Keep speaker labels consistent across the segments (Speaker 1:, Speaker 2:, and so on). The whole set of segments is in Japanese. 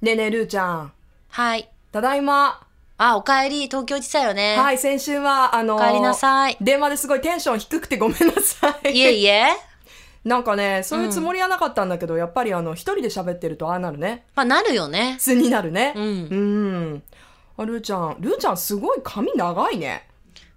Speaker 1: ねえねえるーちゃん
Speaker 2: はい。
Speaker 1: ただいま
Speaker 2: あ、おかえり、東京来たよね。。
Speaker 1: はいい先週はあの
Speaker 2: おかえりなさ い。
Speaker 1: 電話ですごいテンション低くてごめんなさい
Speaker 2: いえいえ。
Speaker 1: なんかねそういうつもりはなかったんだけど、やっぱりあの一人で喋ってるとああなるね
Speaker 2: まあ、なるよね。
Speaker 1: 素になるね
Speaker 2: うん
Speaker 1: んあるーちゃんるーちゃんすごい髪長いね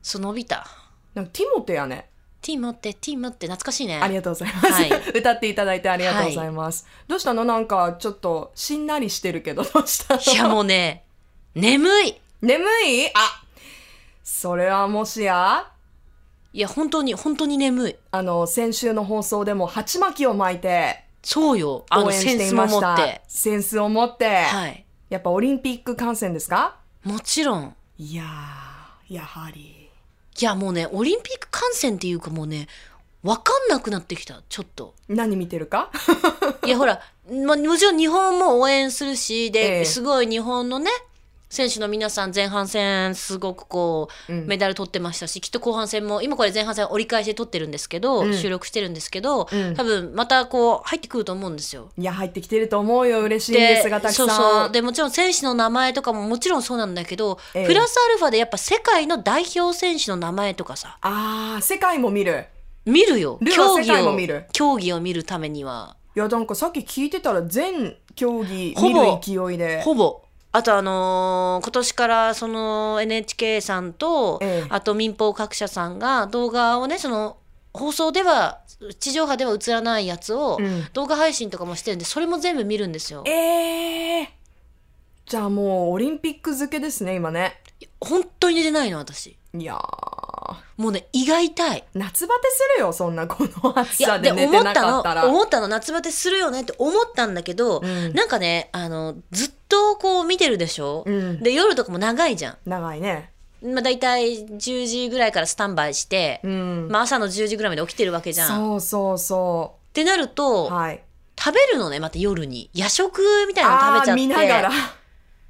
Speaker 2: そう、伸びた。
Speaker 1: なんかティモテやね
Speaker 2: ティーモって、ティーモって、懐かしいね。
Speaker 1: ありがとうございます、
Speaker 2: はい
Speaker 1: 歌っていただいてありがとうございます、どうしたのなんかちょっとしんなりしてるけどどうしたの
Speaker 2: いや、もうね、眠い。
Speaker 1: 眠いあそれはもしや
Speaker 2: いや、本当に、本当に眠い。
Speaker 1: あの先週の放送でも鉢巻きを巻いて
Speaker 2: そうよ。あ
Speaker 1: 応
Speaker 2: の、
Speaker 1: 援
Speaker 2: セ
Speaker 1: し
Speaker 2: ン
Speaker 1: てい
Speaker 2: スも
Speaker 1: ま
Speaker 2: 持
Speaker 1: し
Speaker 2: ったて。
Speaker 1: センスを持って、
Speaker 2: はい。
Speaker 1: やっぱオリンピック観戦ですか
Speaker 2: もちろん。
Speaker 1: いやーやはり
Speaker 2: いや、もうね、オリンピック観戦っていうかもうね、わかんなくなってきた、ちょっと。
Speaker 1: 何見てるか
Speaker 2: いや、ほら、ま、もちろん日本も応援するし、で、
Speaker 1: ええ
Speaker 2: すごい日本のね、選手の皆さん前半戦すごくこう、
Speaker 1: うん
Speaker 2: メダル取ってましたし、きっと後半戦も、今これ前半戦折り返しで取ってるんですけど、
Speaker 1: うん
Speaker 2: 収録してるんですけど、
Speaker 1: うん
Speaker 2: 多分またこう入ってくると思うんですよ。
Speaker 1: いや入ってきてると思うよ嬉しいですがたくさ
Speaker 2: そ
Speaker 1: ん
Speaker 2: うそう。で、もちろん選手の名前とかももちろんそうなんだけど、
Speaker 1: ええ
Speaker 2: プラスアルファでやっぱ世界の代表選手の名前とかさ、
Speaker 1: あー世界も見る
Speaker 2: 見るよ。
Speaker 1: ルーは
Speaker 2: 競
Speaker 1: 世
Speaker 2: 技
Speaker 1: 界も
Speaker 2: を
Speaker 1: 見る
Speaker 2: 競技を見るためには、
Speaker 1: いやなんかさっき聞いてたら全競技
Speaker 2: ほ
Speaker 1: 見る
Speaker 2: ぼ
Speaker 1: 勢いで
Speaker 2: ほぼ。あとあのー今年からその NHK さんと、
Speaker 1: ええ
Speaker 2: あと民放各社さんが動画をねその放送では地上波では映らないやつを
Speaker 1: うん
Speaker 2: 動画配信とかもしてるんでそれも全部見るんですよ。
Speaker 1: えー、じゃあもうオリンピック漬けですね今ね
Speaker 2: 本当に寝てないの私。
Speaker 1: いやー
Speaker 2: もうね胃が痛い。
Speaker 1: 夏バテするよそんなこの暑
Speaker 2: い
Speaker 1: さ
Speaker 2: や
Speaker 1: で
Speaker 2: で
Speaker 1: 寝
Speaker 2: 思
Speaker 1: て
Speaker 2: っ
Speaker 1: な
Speaker 2: た
Speaker 1: か
Speaker 2: の
Speaker 1: ったら
Speaker 2: 思ったの夏バテするよねって思ったんだけど、
Speaker 1: うん
Speaker 2: なんかねあのずっとこう見てるでしょ、
Speaker 1: うん
Speaker 2: で夜とかも長いじゃ
Speaker 1: 長いね
Speaker 2: ん、まあ、大体10時ぐらいからスタンバイして、
Speaker 1: うん、
Speaker 2: まあ、朝の10時ぐらいまで起きてるわけじゃん。っ
Speaker 1: そうそうそ
Speaker 2: てなると、
Speaker 1: うはい
Speaker 2: 食べるのねまた夜に夜食みたいなの
Speaker 1: あ
Speaker 2: 食べちゃ
Speaker 1: ー
Speaker 2: って
Speaker 1: 見ながら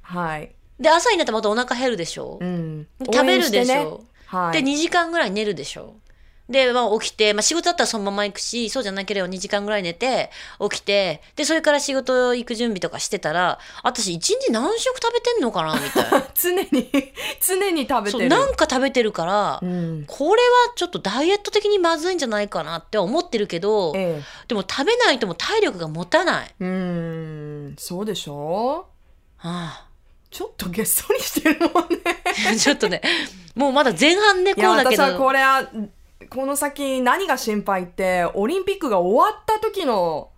Speaker 1: はい、
Speaker 2: で朝になったらまたお腹減るでしょ、
Speaker 1: うん、
Speaker 2: 食べるでし
Speaker 1: 応援てね
Speaker 2: ょ、
Speaker 1: はい、
Speaker 2: で2時間ぐらい寝るでしょで、まあ、起きて、まあ、仕事だったらそのまま行くしそうじゃなければ2時間ぐらい寝て起きてでそれから仕事行く準備とかしてたら私一日何食食べてんのかなみた いな
Speaker 1: 常に 常に食べ
Speaker 2: そ
Speaker 1: て
Speaker 2: う
Speaker 1: る
Speaker 2: なんか食べてるから、
Speaker 1: うん
Speaker 2: これはちょっとダイエット的にまずいんじゃないかなって思ってるけど、
Speaker 1: え
Speaker 2: でも食べないともう体力が持たない。
Speaker 1: えうんそうでしょ
Speaker 2: は
Speaker 1: ちょっとげっそりしてるもん ね
Speaker 2: あちょっとね、もうまだ前半ね、
Speaker 1: い
Speaker 2: こう
Speaker 1: や
Speaker 2: だ
Speaker 1: 私
Speaker 2: けど。
Speaker 1: はこれはこの先何が心配ってオリンピックが終わった時の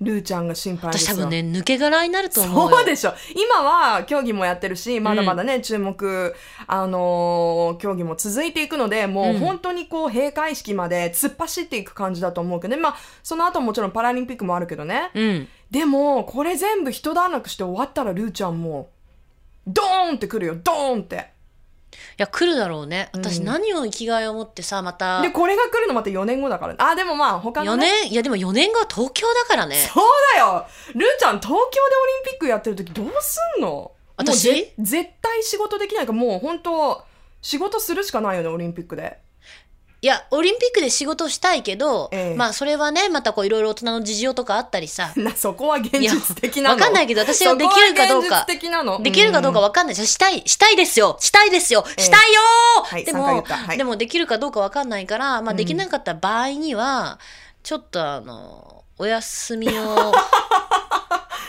Speaker 1: ルーちゃんが心配で
Speaker 2: 私
Speaker 1: すよ
Speaker 2: 多分ね、抜け殻になると思うよ。
Speaker 1: そうでしょ今は競技もやってるしまだまだね、注目、あのー競技も続いていくのでもう
Speaker 2: うん
Speaker 1: 本当にこう閉会式まで突っ走っていく感じだと思うけどねまあその後もちろんパラリンピックもあるけどね
Speaker 2: うん。
Speaker 1: でもこれ全部一段落して終わったらルーちゃんもうドーンってくるよドーンって
Speaker 2: いや、来るだろうね。私
Speaker 1: うん
Speaker 2: 何を生きがいを持ってさ、また
Speaker 1: で。これが来るのまた4年後だからあでもまあ他の
Speaker 2: 4
Speaker 1: ね
Speaker 2: 年、いやでも4年後は東京だからね。
Speaker 1: そうだよルーちゃん東京でオリンピックやってる時どうすんの
Speaker 2: 私
Speaker 1: もうぜ絶対仕事できないからもう本当仕事するしかないよねオリンピックで
Speaker 2: いや、オリンピックで仕事をしたいけど、
Speaker 1: ええ。
Speaker 2: まあそれはね、またこういろいろ大人の事情とかあったりさ
Speaker 1: なそこは現実的 なの
Speaker 2: わかんないけど、私
Speaker 1: そ
Speaker 2: が
Speaker 1: こ
Speaker 2: で
Speaker 1: は
Speaker 2: きるかどう
Speaker 1: 現実
Speaker 2: か。
Speaker 1: 的なの
Speaker 2: できるかどうか
Speaker 1: は
Speaker 2: わかんないですよ。したい、したいですよしたいですよ、
Speaker 1: ええ
Speaker 2: したいよー、
Speaker 1: はい
Speaker 2: で
Speaker 1: 3回言
Speaker 2: も、
Speaker 1: ったはい
Speaker 2: でもできるかどうかわかんないから、まあ
Speaker 1: うん
Speaker 2: できなかった場合には、ちょっとあの、お休みを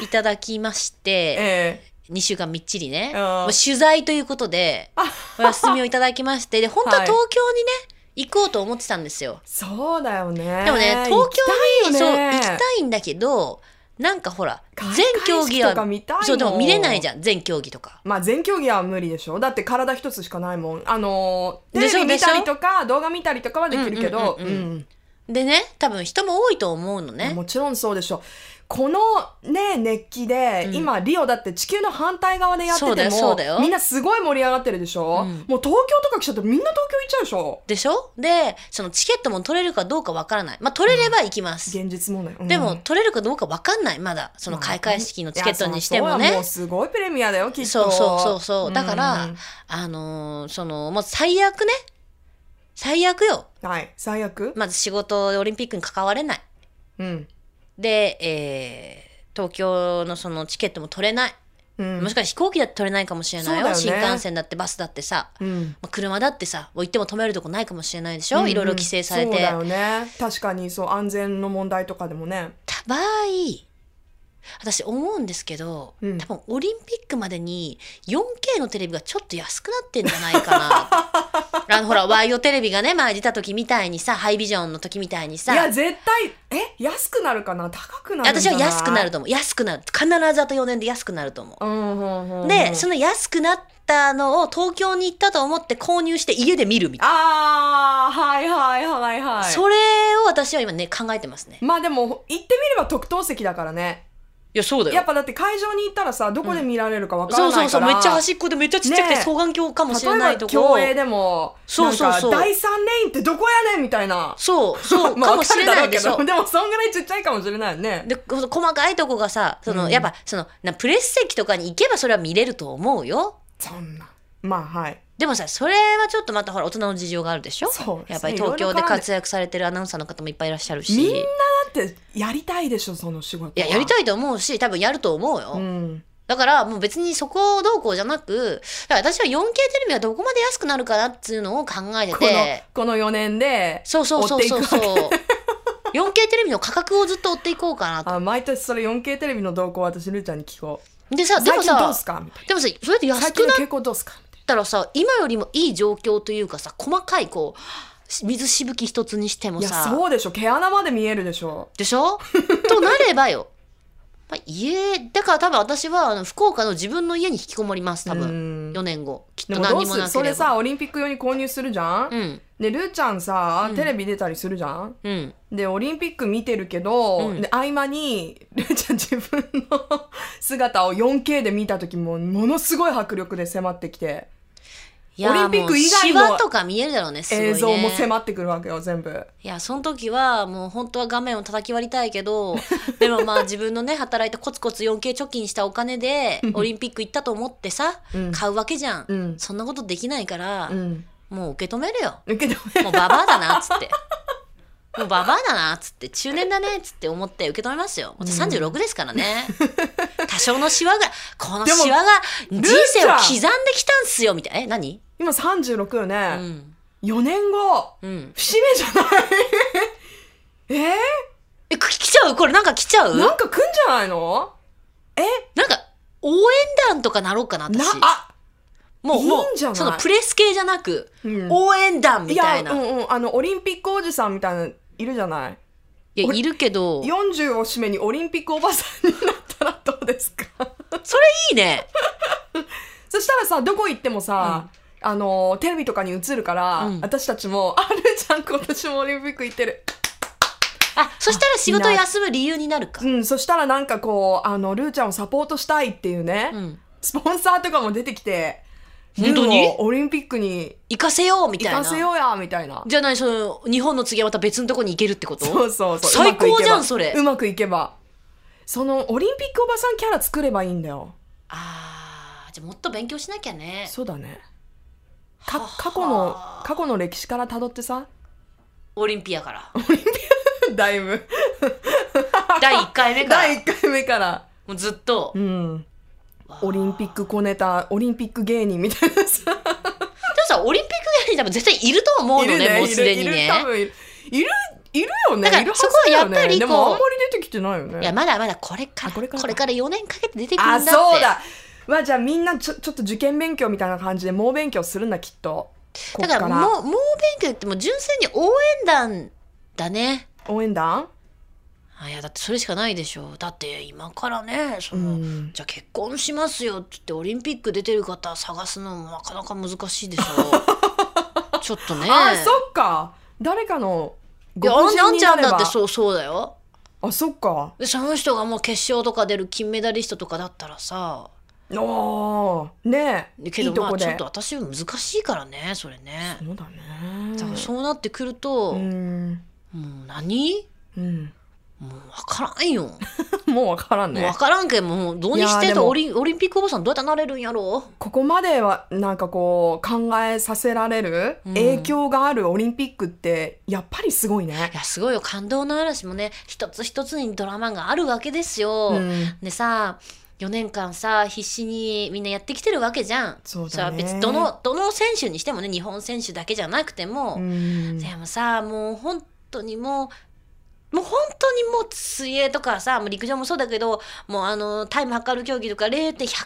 Speaker 2: いただきまして、
Speaker 1: え
Speaker 2: 2週間みっちりね、
Speaker 1: うん
Speaker 2: もう取材ということで、お休みをいただきまして、で、本当は
Speaker 1: はい
Speaker 2: 東京にね、行こうと思ってたんですよ
Speaker 1: え。そうだよね
Speaker 2: でもね、東京に、そう、行きた
Speaker 1: い
Speaker 2: いんだけど、なんかほら、
Speaker 1: 開会
Speaker 2: 全競技
Speaker 1: 式とか
Speaker 2: は
Speaker 1: 見たいもん、
Speaker 2: そう、でも見れないじ
Speaker 1: ゃん
Speaker 2: ゃん、全競技とか。
Speaker 1: まあ全競技は無理でしょだって体一つしかないもんあのーテ
Speaker 2: でしょ
Speaker 1: レビ見たりとか動画見たりとかはできるけど
Speaker 2: うんうんうんうんでね多分人も多いと思うのね
Speaker 1: もちろんそうでしょうこのね熱気で、
Speaker 2: うん
Speaker 1: 今リオだって地球の反対側でやって
Speaker 2: そうだ
Speaker 1: て
Speaker 2: よそうだ
Speaker 1: も
Speaker 2: よ
Speaker 1: みんなすごい盛り上がってるでしょ、
Speaker 2: うん
Speaker 1: もう東京とか来ちゃってみんな東京行っちゃうでしょ
Speaker 2: でしょでそのチケットも取れるかどうかわからないまあ取れれば行きます、
Speaker 1: 現実もね、うん
Speaker 2: でも取れるかどうかわかんないまだその開会式のチケットにしても
Speaker 1: いや
Speaker 2: ね
Speaker 1: そりゃそうだもうすごいプレミアだよきっと
Speaker 2: そうそうそうそうだから、
Speaker 1: うん
Speaker 2: あのーそのもう最悪ね最悪よ
Speaker 1: はい最悪
Speaker 2: まず仕事でオリンピックに関われない
Speaker 1: うん
Speaker 2: でえー東京のそのチケットも取れない、
Speaker 1: うん
Speaker 2: もしかして飛行機だって取れないかもしれないよ
Speaker 1: そうだ
Speaker 2: 新
Speaker 1: よね
Speaker 2: 幹線だってバスだってさ、
Speaker 1: うん
Speaker 2: まあ車だってさもう行っても止めるとこないかもしれないでし
Speaker 1: うん
Speaker 2: ょ
Speaker 1: うん
Speaker 2: いろいろ規制されて、
Speaker 1: そうだよね確かにそう安全の問題とかでもね
Speaker 2: た場合私思うんですけど、
Speaker 1: うん
Speaker 2: 多分オリンピックまでに 4K のテレビがちょっと安くなってんじゃないか なとあのほらワイドテレビがね前出た時みたいにさハイビジョンの時みたいに
Speaker 1: いや
Speaker 2: さ
Speaker 1: 絶対え安くなるかな高くなるん
Speaker 2: 私
Speaker 1: じゃ
Speaker 2: は
Speaker 1: ない
Speaker 2: 安くなると思う安くなる必ずあと4年で安くなると思う、
Speaker 1: うんうんうんうん
Speaker 2: でその安くなったのを東京に行ったと思って購入して家で見るみたい
Speaker 1: ああはいはいはいは
Speaker 2: な、
Speaker 1: い
Speaker 2: それを私は今ね考えてますね
Speaker 1: まあでも行ってみれば特等席だからね
Speaker 2: いやそうだ
Speaker 1: やっぱだって会場に行ったらさどこで見られるかわから
Speaker 2: そ
Speaker 1: ないうから、
Speaker 2: そうそうめっちゃ端っこでめっちゃちっちゃくて
Speaker 1: ねえ
Speaker 2: 双眼鏡かもしれな
Speaker 1: 例え
Speaker 2: い
Speaker 1: ば
Speaker 2: とこ
Speaker 1: 競泳でも
Speaker 2: そうそうそう
Speaker 1: なんか第三レインってどこやねんみたいな
Speaker 2: そう、そう、
Speaker 1: まあ
Speaker 2: かもしれないでし
Speaker 1: わ
Speaker 2: ょ
Speaker 1: か。るだろうけどでもそんぐらいちっちゃいかもしれないよね
Speaker 2: で、この細かいとこがさ、その、
Speaker 1: うん
Speaker 2: やっぱ、その、なプレス席とかに行けばそれは見れると思うよ。
Speaker 1: そんなまあはい
Speaker 2: でもさ、それはちょっとまたほら、大人の事情があるでしょ
Speaker 1: そうですね
Speaker 2: やっぱり
Speaker 1: いろいろ
Speaker 2: 東京で活躍されてるアナウンサーの方もいっぱいいらっしゃる
Speaker 1: み
Speaker 2: し。
Speaker 1: んないだってやりたいでしょその仕事は
Speaker 2: や、やりたいと思うし、多分やると思うよ。
Speaker 1: うん
Speaker 2: だから、もう別にそこをどうこうじゃなく、だから私は 4K テレビがどこまで安くなるかなっていうのを考えて
Speaker 1: この
Speaker 2: て、
Speaker 1: この4年で
Speaker 2: そうそうそうそうそう。
Speaker 1: 追
Speaker 2: 4K テレビの価格をずっと追っていこうかなと。
Speaker 1: あ毎年それ 4K テレビの動向を私ルーちゃんに聞こ
Speaker 2: で
Speaker 1: う
Speaker 2: さ、でも
Speaker 1: 最近どう
Speaker 2: さ
Speaker 1: す、かみたい
Speaker 2: でもさ、それって
Speaker 1: な
Speaker 2: 安
Speaker 1: 最
Speaker 2: く
Speaker 1: 近
Speaker 2: な
Speaker 1: の傾
Speaker 2: っ
Speaker 1: 向どうすかみたい
Speaker 2: ったらさ今よりもいい状況というかさ細かいこう水しぶき一つにして
Speaker 1: な
Speaker 2: も
Speaker 1: いや
Speaker 2: さ
Speaker 1: そうでしょ毛穴まで見えるでしょ
Speaker 2: でしょ となればよ、まあ、家だから多分私はあの福岡の自分の家に引きこもります多
Speaker 1: うん
Speaker 2: 分4年後きっ
Speaker 1: で
Speaker 2: と
Speaker 1: もど
Speaker 2: 何
Speaker 1: う
Speaker 2: にも
Speaker 1: す
Speaker 2: な
Speaker 1: る
Speaker 2: け
Speaker 1: そ
Speaker 2: れ
Speaker 1: れ
Speaker 2: ば
Speaker 1: さオリンピック用に購入するじゃん、
Speaker 2: うん
Speaker 1: でルーちゃんさ、テレビ出たりするじゃん
Speaker 2: うん
Speaker 1: でオリンピック見てるけど、
Speaker 2: うん
Speaker 1: で合間にルーちゃん自分の姿を 4K で見た時もものすごい迫力で迫ってきて
Speaker 2: いや
Speaker 1: オリンピック以外
Speaker 2: も
Speaker 1: の
Speaker 2: うシワとか見えるだろうねすごいね
Speaker 1: 映像も迫ってくるわけよ全部
Speaker 2: いやその時はもう本当は画面を叩き割りたいけど でもまあ自分のね働いてコツコツ 4K 貯金したお金でオリンピック行ったと思ってさ、
Speaker 1: うん
Speaker 2: 買うわけじゃん、
Speaker 1: うん
Speaker 2: そんなことできないから、
Speaker 1: うん
Speaker 2: もう受け止めるよ
Speaker 1: 受け止め
Speaker 2: もうババアだなっつ ってもうババアだなっつって中年だねっつって思って受け止めますよ私36ですか らね、多少のシワがこの
Speaker 1: でも
Speaker 2: シワが人生
Speaker 1: ル
Speaker 2: を
Speaker 1: ー
Speaker 2: 刻ん
Speaker 1: ち
Speaker 2: できたんすよみたいなえ何
Speaker 1: 今36よ
Speaker 2: う
Speaker 1: ね、
Speaker 2: ん
Speaker 1: 4年後
Speaker 2: うん
Speaker 1: 節目じゃない え
Speaker 2: えく来ちゃうこれなんか来ちゃう
Speaker 1: ー、
Speaker 2: な
Speaker 1: なんか来んじゃないの
Speaker 2: んか応援団とかなろうかな
Speaker 1: な
Speaker 2: 私
Speaker 1: あ
Speaker 2: もう
Speaker 1: いいん
Speaker 2: もう
Speaker 1: じゃない
Speaker 2: そのプレス系じゃなく、
Speaker 1: うん
Speaker 2: 応援団み
Speaker 1: い
Speaker 2: たい
Speaker 1: や
Speaker 2: な
Speaker 1: う
Speaker 2: い
Speaker 1: んうんあのオリンピックおじさんみたいないるじゃない
Speaker 2: や
Speaker 1: 俺
Speaker 2: いるけど
Speaker 1: 40を締めにオリンピックおばさんになったらどうですか
Speaker 2: それいいね
Speaker 1: そしたらさどこ行ってもさ、あのテレビとかに映るから、
Speaker 2: うん
Speaker 1: 私たちも 「あるちゃん今年もオリンピック行ってる」
Speaker 2: あそしたら仕事を休む理由になるか
Speaker 1: うん、そしたらなんかこうあのルーちゃんをサポートしたいっていうね、
Speaker 2: うん
Speaker 1: スポンサーとかも出てきて
Speaker 2: 本当に
Speaker 1: ルーをオリンピックに
Speaker 2: 行かせようみ
Speaker 1: 行
Speaker 2: たいな
Speaker 1: かせようやみたいな
Speaker 2: じゃないその日本の次はまた別のとこに行けるってこと
Speaker 1: そうそうそう
Speaker 2: 最高じゃん
Speaker 1: うまくいけば
Speaker 2: それ
Speaker 1: うまくいけばそのオリンピックおばさんキャラ作ればいいんだよ
Speaker 2: あーじゃあもっと勉強しなきゃね
Speaker 1: そうだねか
Speaker 2: はは
Speaker 1: 過去の過去の歴史からたどって さ
Speaker 2: オリンピアから
Speaker 1: だいぶ
Speaker 2: 第1回目から
Speaker 1: 第1回目から、
Speaker 2: もうずっと
Speaker 1: うん、
Speaker 2: わー
Speaker 1: オリンピック小ネタオリンピック芸人みたいな さ
Speaker 2: でもさオリンピック芸人多分絶対いると思うのねも
Speaker 1: い
Speaker 2: うす
Speaker 1: る
Speaker 2: で
Speaker 1: い
Speaker 2: に
Speaker 1: る
Speaker 2: ね
Speaker 1: 多分いるいるいるよね
Speaker 2: だから
Speaker 1: いるはずだよ
Speaker 2: そこはやっぱ
Speaker 1: ね
Speaker 2: り
Speaker 1: で
Speaker 2: こ
Speaker 1: も
Speaker 2: う
Speaker 1: あんまり出てきてないよ
Speaker 2: いや
Speaker 1: ね
Speaker 2: まだまだこれから
Speaker 1: あ
Speaker 2: こ
Speaker 1: これ
Speaker 2: れ
Speaker 1: か
Speaker 2: から
Speaker 1: ら
Speaker 2: 4年かけて出てくる
Speaker 1: あ
Speaker 2: んだって
Speaker 1: そうだわじゃあみんなちょちょっと受験勉強みたいな感じで猛勉強するんだきっとこっ
Speaker 2: だからもう猛勉強ってもう純粋に応援団だね
Speaker 1: 応援団
Speaker 2: あいやだってそれしかないでしょだって今からねそうの、
Speaker 1: ん
Speaker 2: じゃあ結婚しますよって言ってオリンピック出てる方探すのもなかなか難しいでし ょちょっとね
Speaker 1: あそっか誰かの
Speaker 2: いやあんあんちゃんだって
Speaker 1: う
Speaker 2: そうそうだよ
Speaker 1: あそっか
Speaker 2: でその人がもう決勝とか出る金メダリストとかだったらさ
Speaker 1: おーねえ
Speaker 2: け
Speaker 1: い
Speaker 2: ど
Speaker 1: いと
Speaker 2: まあ
Speaker 1: こで
Speaker 2: ちょっと私は難しいからねそれね
Speaker 1: そうだね
Speaker 2: だからそうなってくると、
Speaker 1: うん
Speaker 2: もう何
Speaker 1: うん
Speaker 2: もう分からんよ
Speaker 1: もうわからん
Speaker 2: もう
Speaker 1: ね
Speaker 2: 分からんけんもうどうにし
Speaker 1: いや
Speaker 2: て
Speaker 1: ーでも
Speaker 2: とオリンオリンピックおばさんどうやってなれるんやろ
Speaker 1: ここまではなんかこう考えさせられる
Speaker 2: うん
Speaker 1: 影響があるオリンピックってやっぱりすごいね
Speaker 2: い、やすごいよ感動の嵐もね一つ一つにドラマがあるわけですよ、
Speaker 1: うん
Speaker 2: でさ4年間さ必死にみんなやってきてるわけじゃん
Speaker 1: そう
Speaker 2: さ
Speaker 1: だ
Speaker 2: あ
Speaker 1: ね
Speaker 2: 別にどのどの選手にしてもね日本選手だけじゃなくても、
Speaker 1: うん
Speaker 2: でもさもう本当にもうもう本当にもう水泳とかさもう陸上もそうだけどもうあのタイム測る競技とか0.100分の1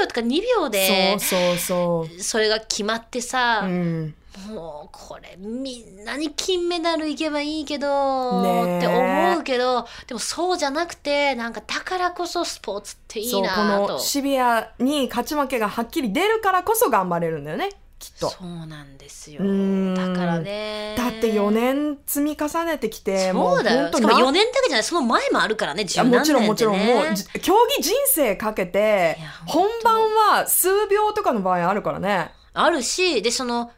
Speaker 2: 秒とか2秒で
Speaker 1: そうそうそ
Speaker 2: それが決まって
Speaker 1: う、
Speaker 2: さ
Speaker 1: う、ん、
Speaker 2: もうこれみんなに金メダルいけばいいけど、
Speaker 1: ねえ
Speaker 2: って思うけどでもそうじゃなくてなんかだからこそスポーツっていい
Speaker 1: そうこ
Speaker 2: な
Speaker 1: の
Speaker 2: と。
Speaker 1: シビアに勝ち負けがはっきり出るからこそ頑張れるんだよねきっと
Speaker 2: そうなんですよ
Speaker 1: うん
Speaker 2: だからね
Speaker 1: だって4年積み重ねてきても
Speaker 2: そうだよ
Speaker 1: 本当
Speaker 2: しかも
Speaker 1: 何
Speaker 2: 4年だけじゃないその前もあるからね
Speaker 1: い
Speaker 2: 十
Speaker 1: や
Speaker 2: 何年
Speaker 1: も
Speaker 2: っ
Speaker 1: ち
Speaker 2: てね
Speaker 1: ろんもちろんもうじ競技人生かけて
Speaker 2: いや
Speaker 1: 本
Speaker 2: 本当
Speaker 1: 番は数秒とかの場合あるからね
Speaker 2: あるしでその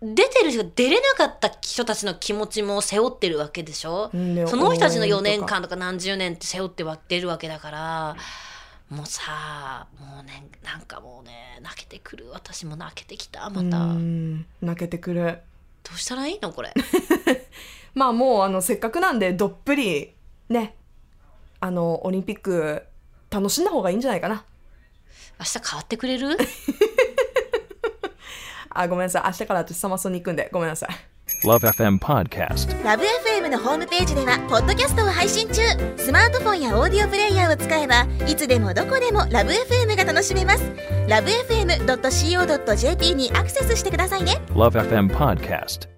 Speaker 2: 出てる人が出れなかった人たちの気持ちも背負ってるわけでしょ、
Speaker 1: うんで
Speaker 2: その人たちの
Speaker 1: 応援とか
Speaker 2: 4年間とか何十年って背負って割ってるわけだからもうさもうねなんかもうね泣けてくる私も泣けてきた
Speaker 1: う
Speaker 2: また、ど
Speaker 1: ん泣けてくる
Speaker 2: うしたらいいのこれ
Speaker 1: まあもうあのせっかくなんでどっぷりねあのオリンピック楽しんだ方がいいんじゃないかな
Speaker 2: 明日変わってくれる
Speaker 1: あごめんなさい明日から私サマソニ行くんでごめんなさい
Speaker 3: Love FM Podcast.
Speaker 4: ラブ f m のホームページではポッドキャストを配信中スマートフォンやオーディオプレイヤーを使えばいつでもどこでもラブ f m が楽しめますラブ FM.co.jp にアクセスしてくださいね
Speaker 3: Love FM Podcast.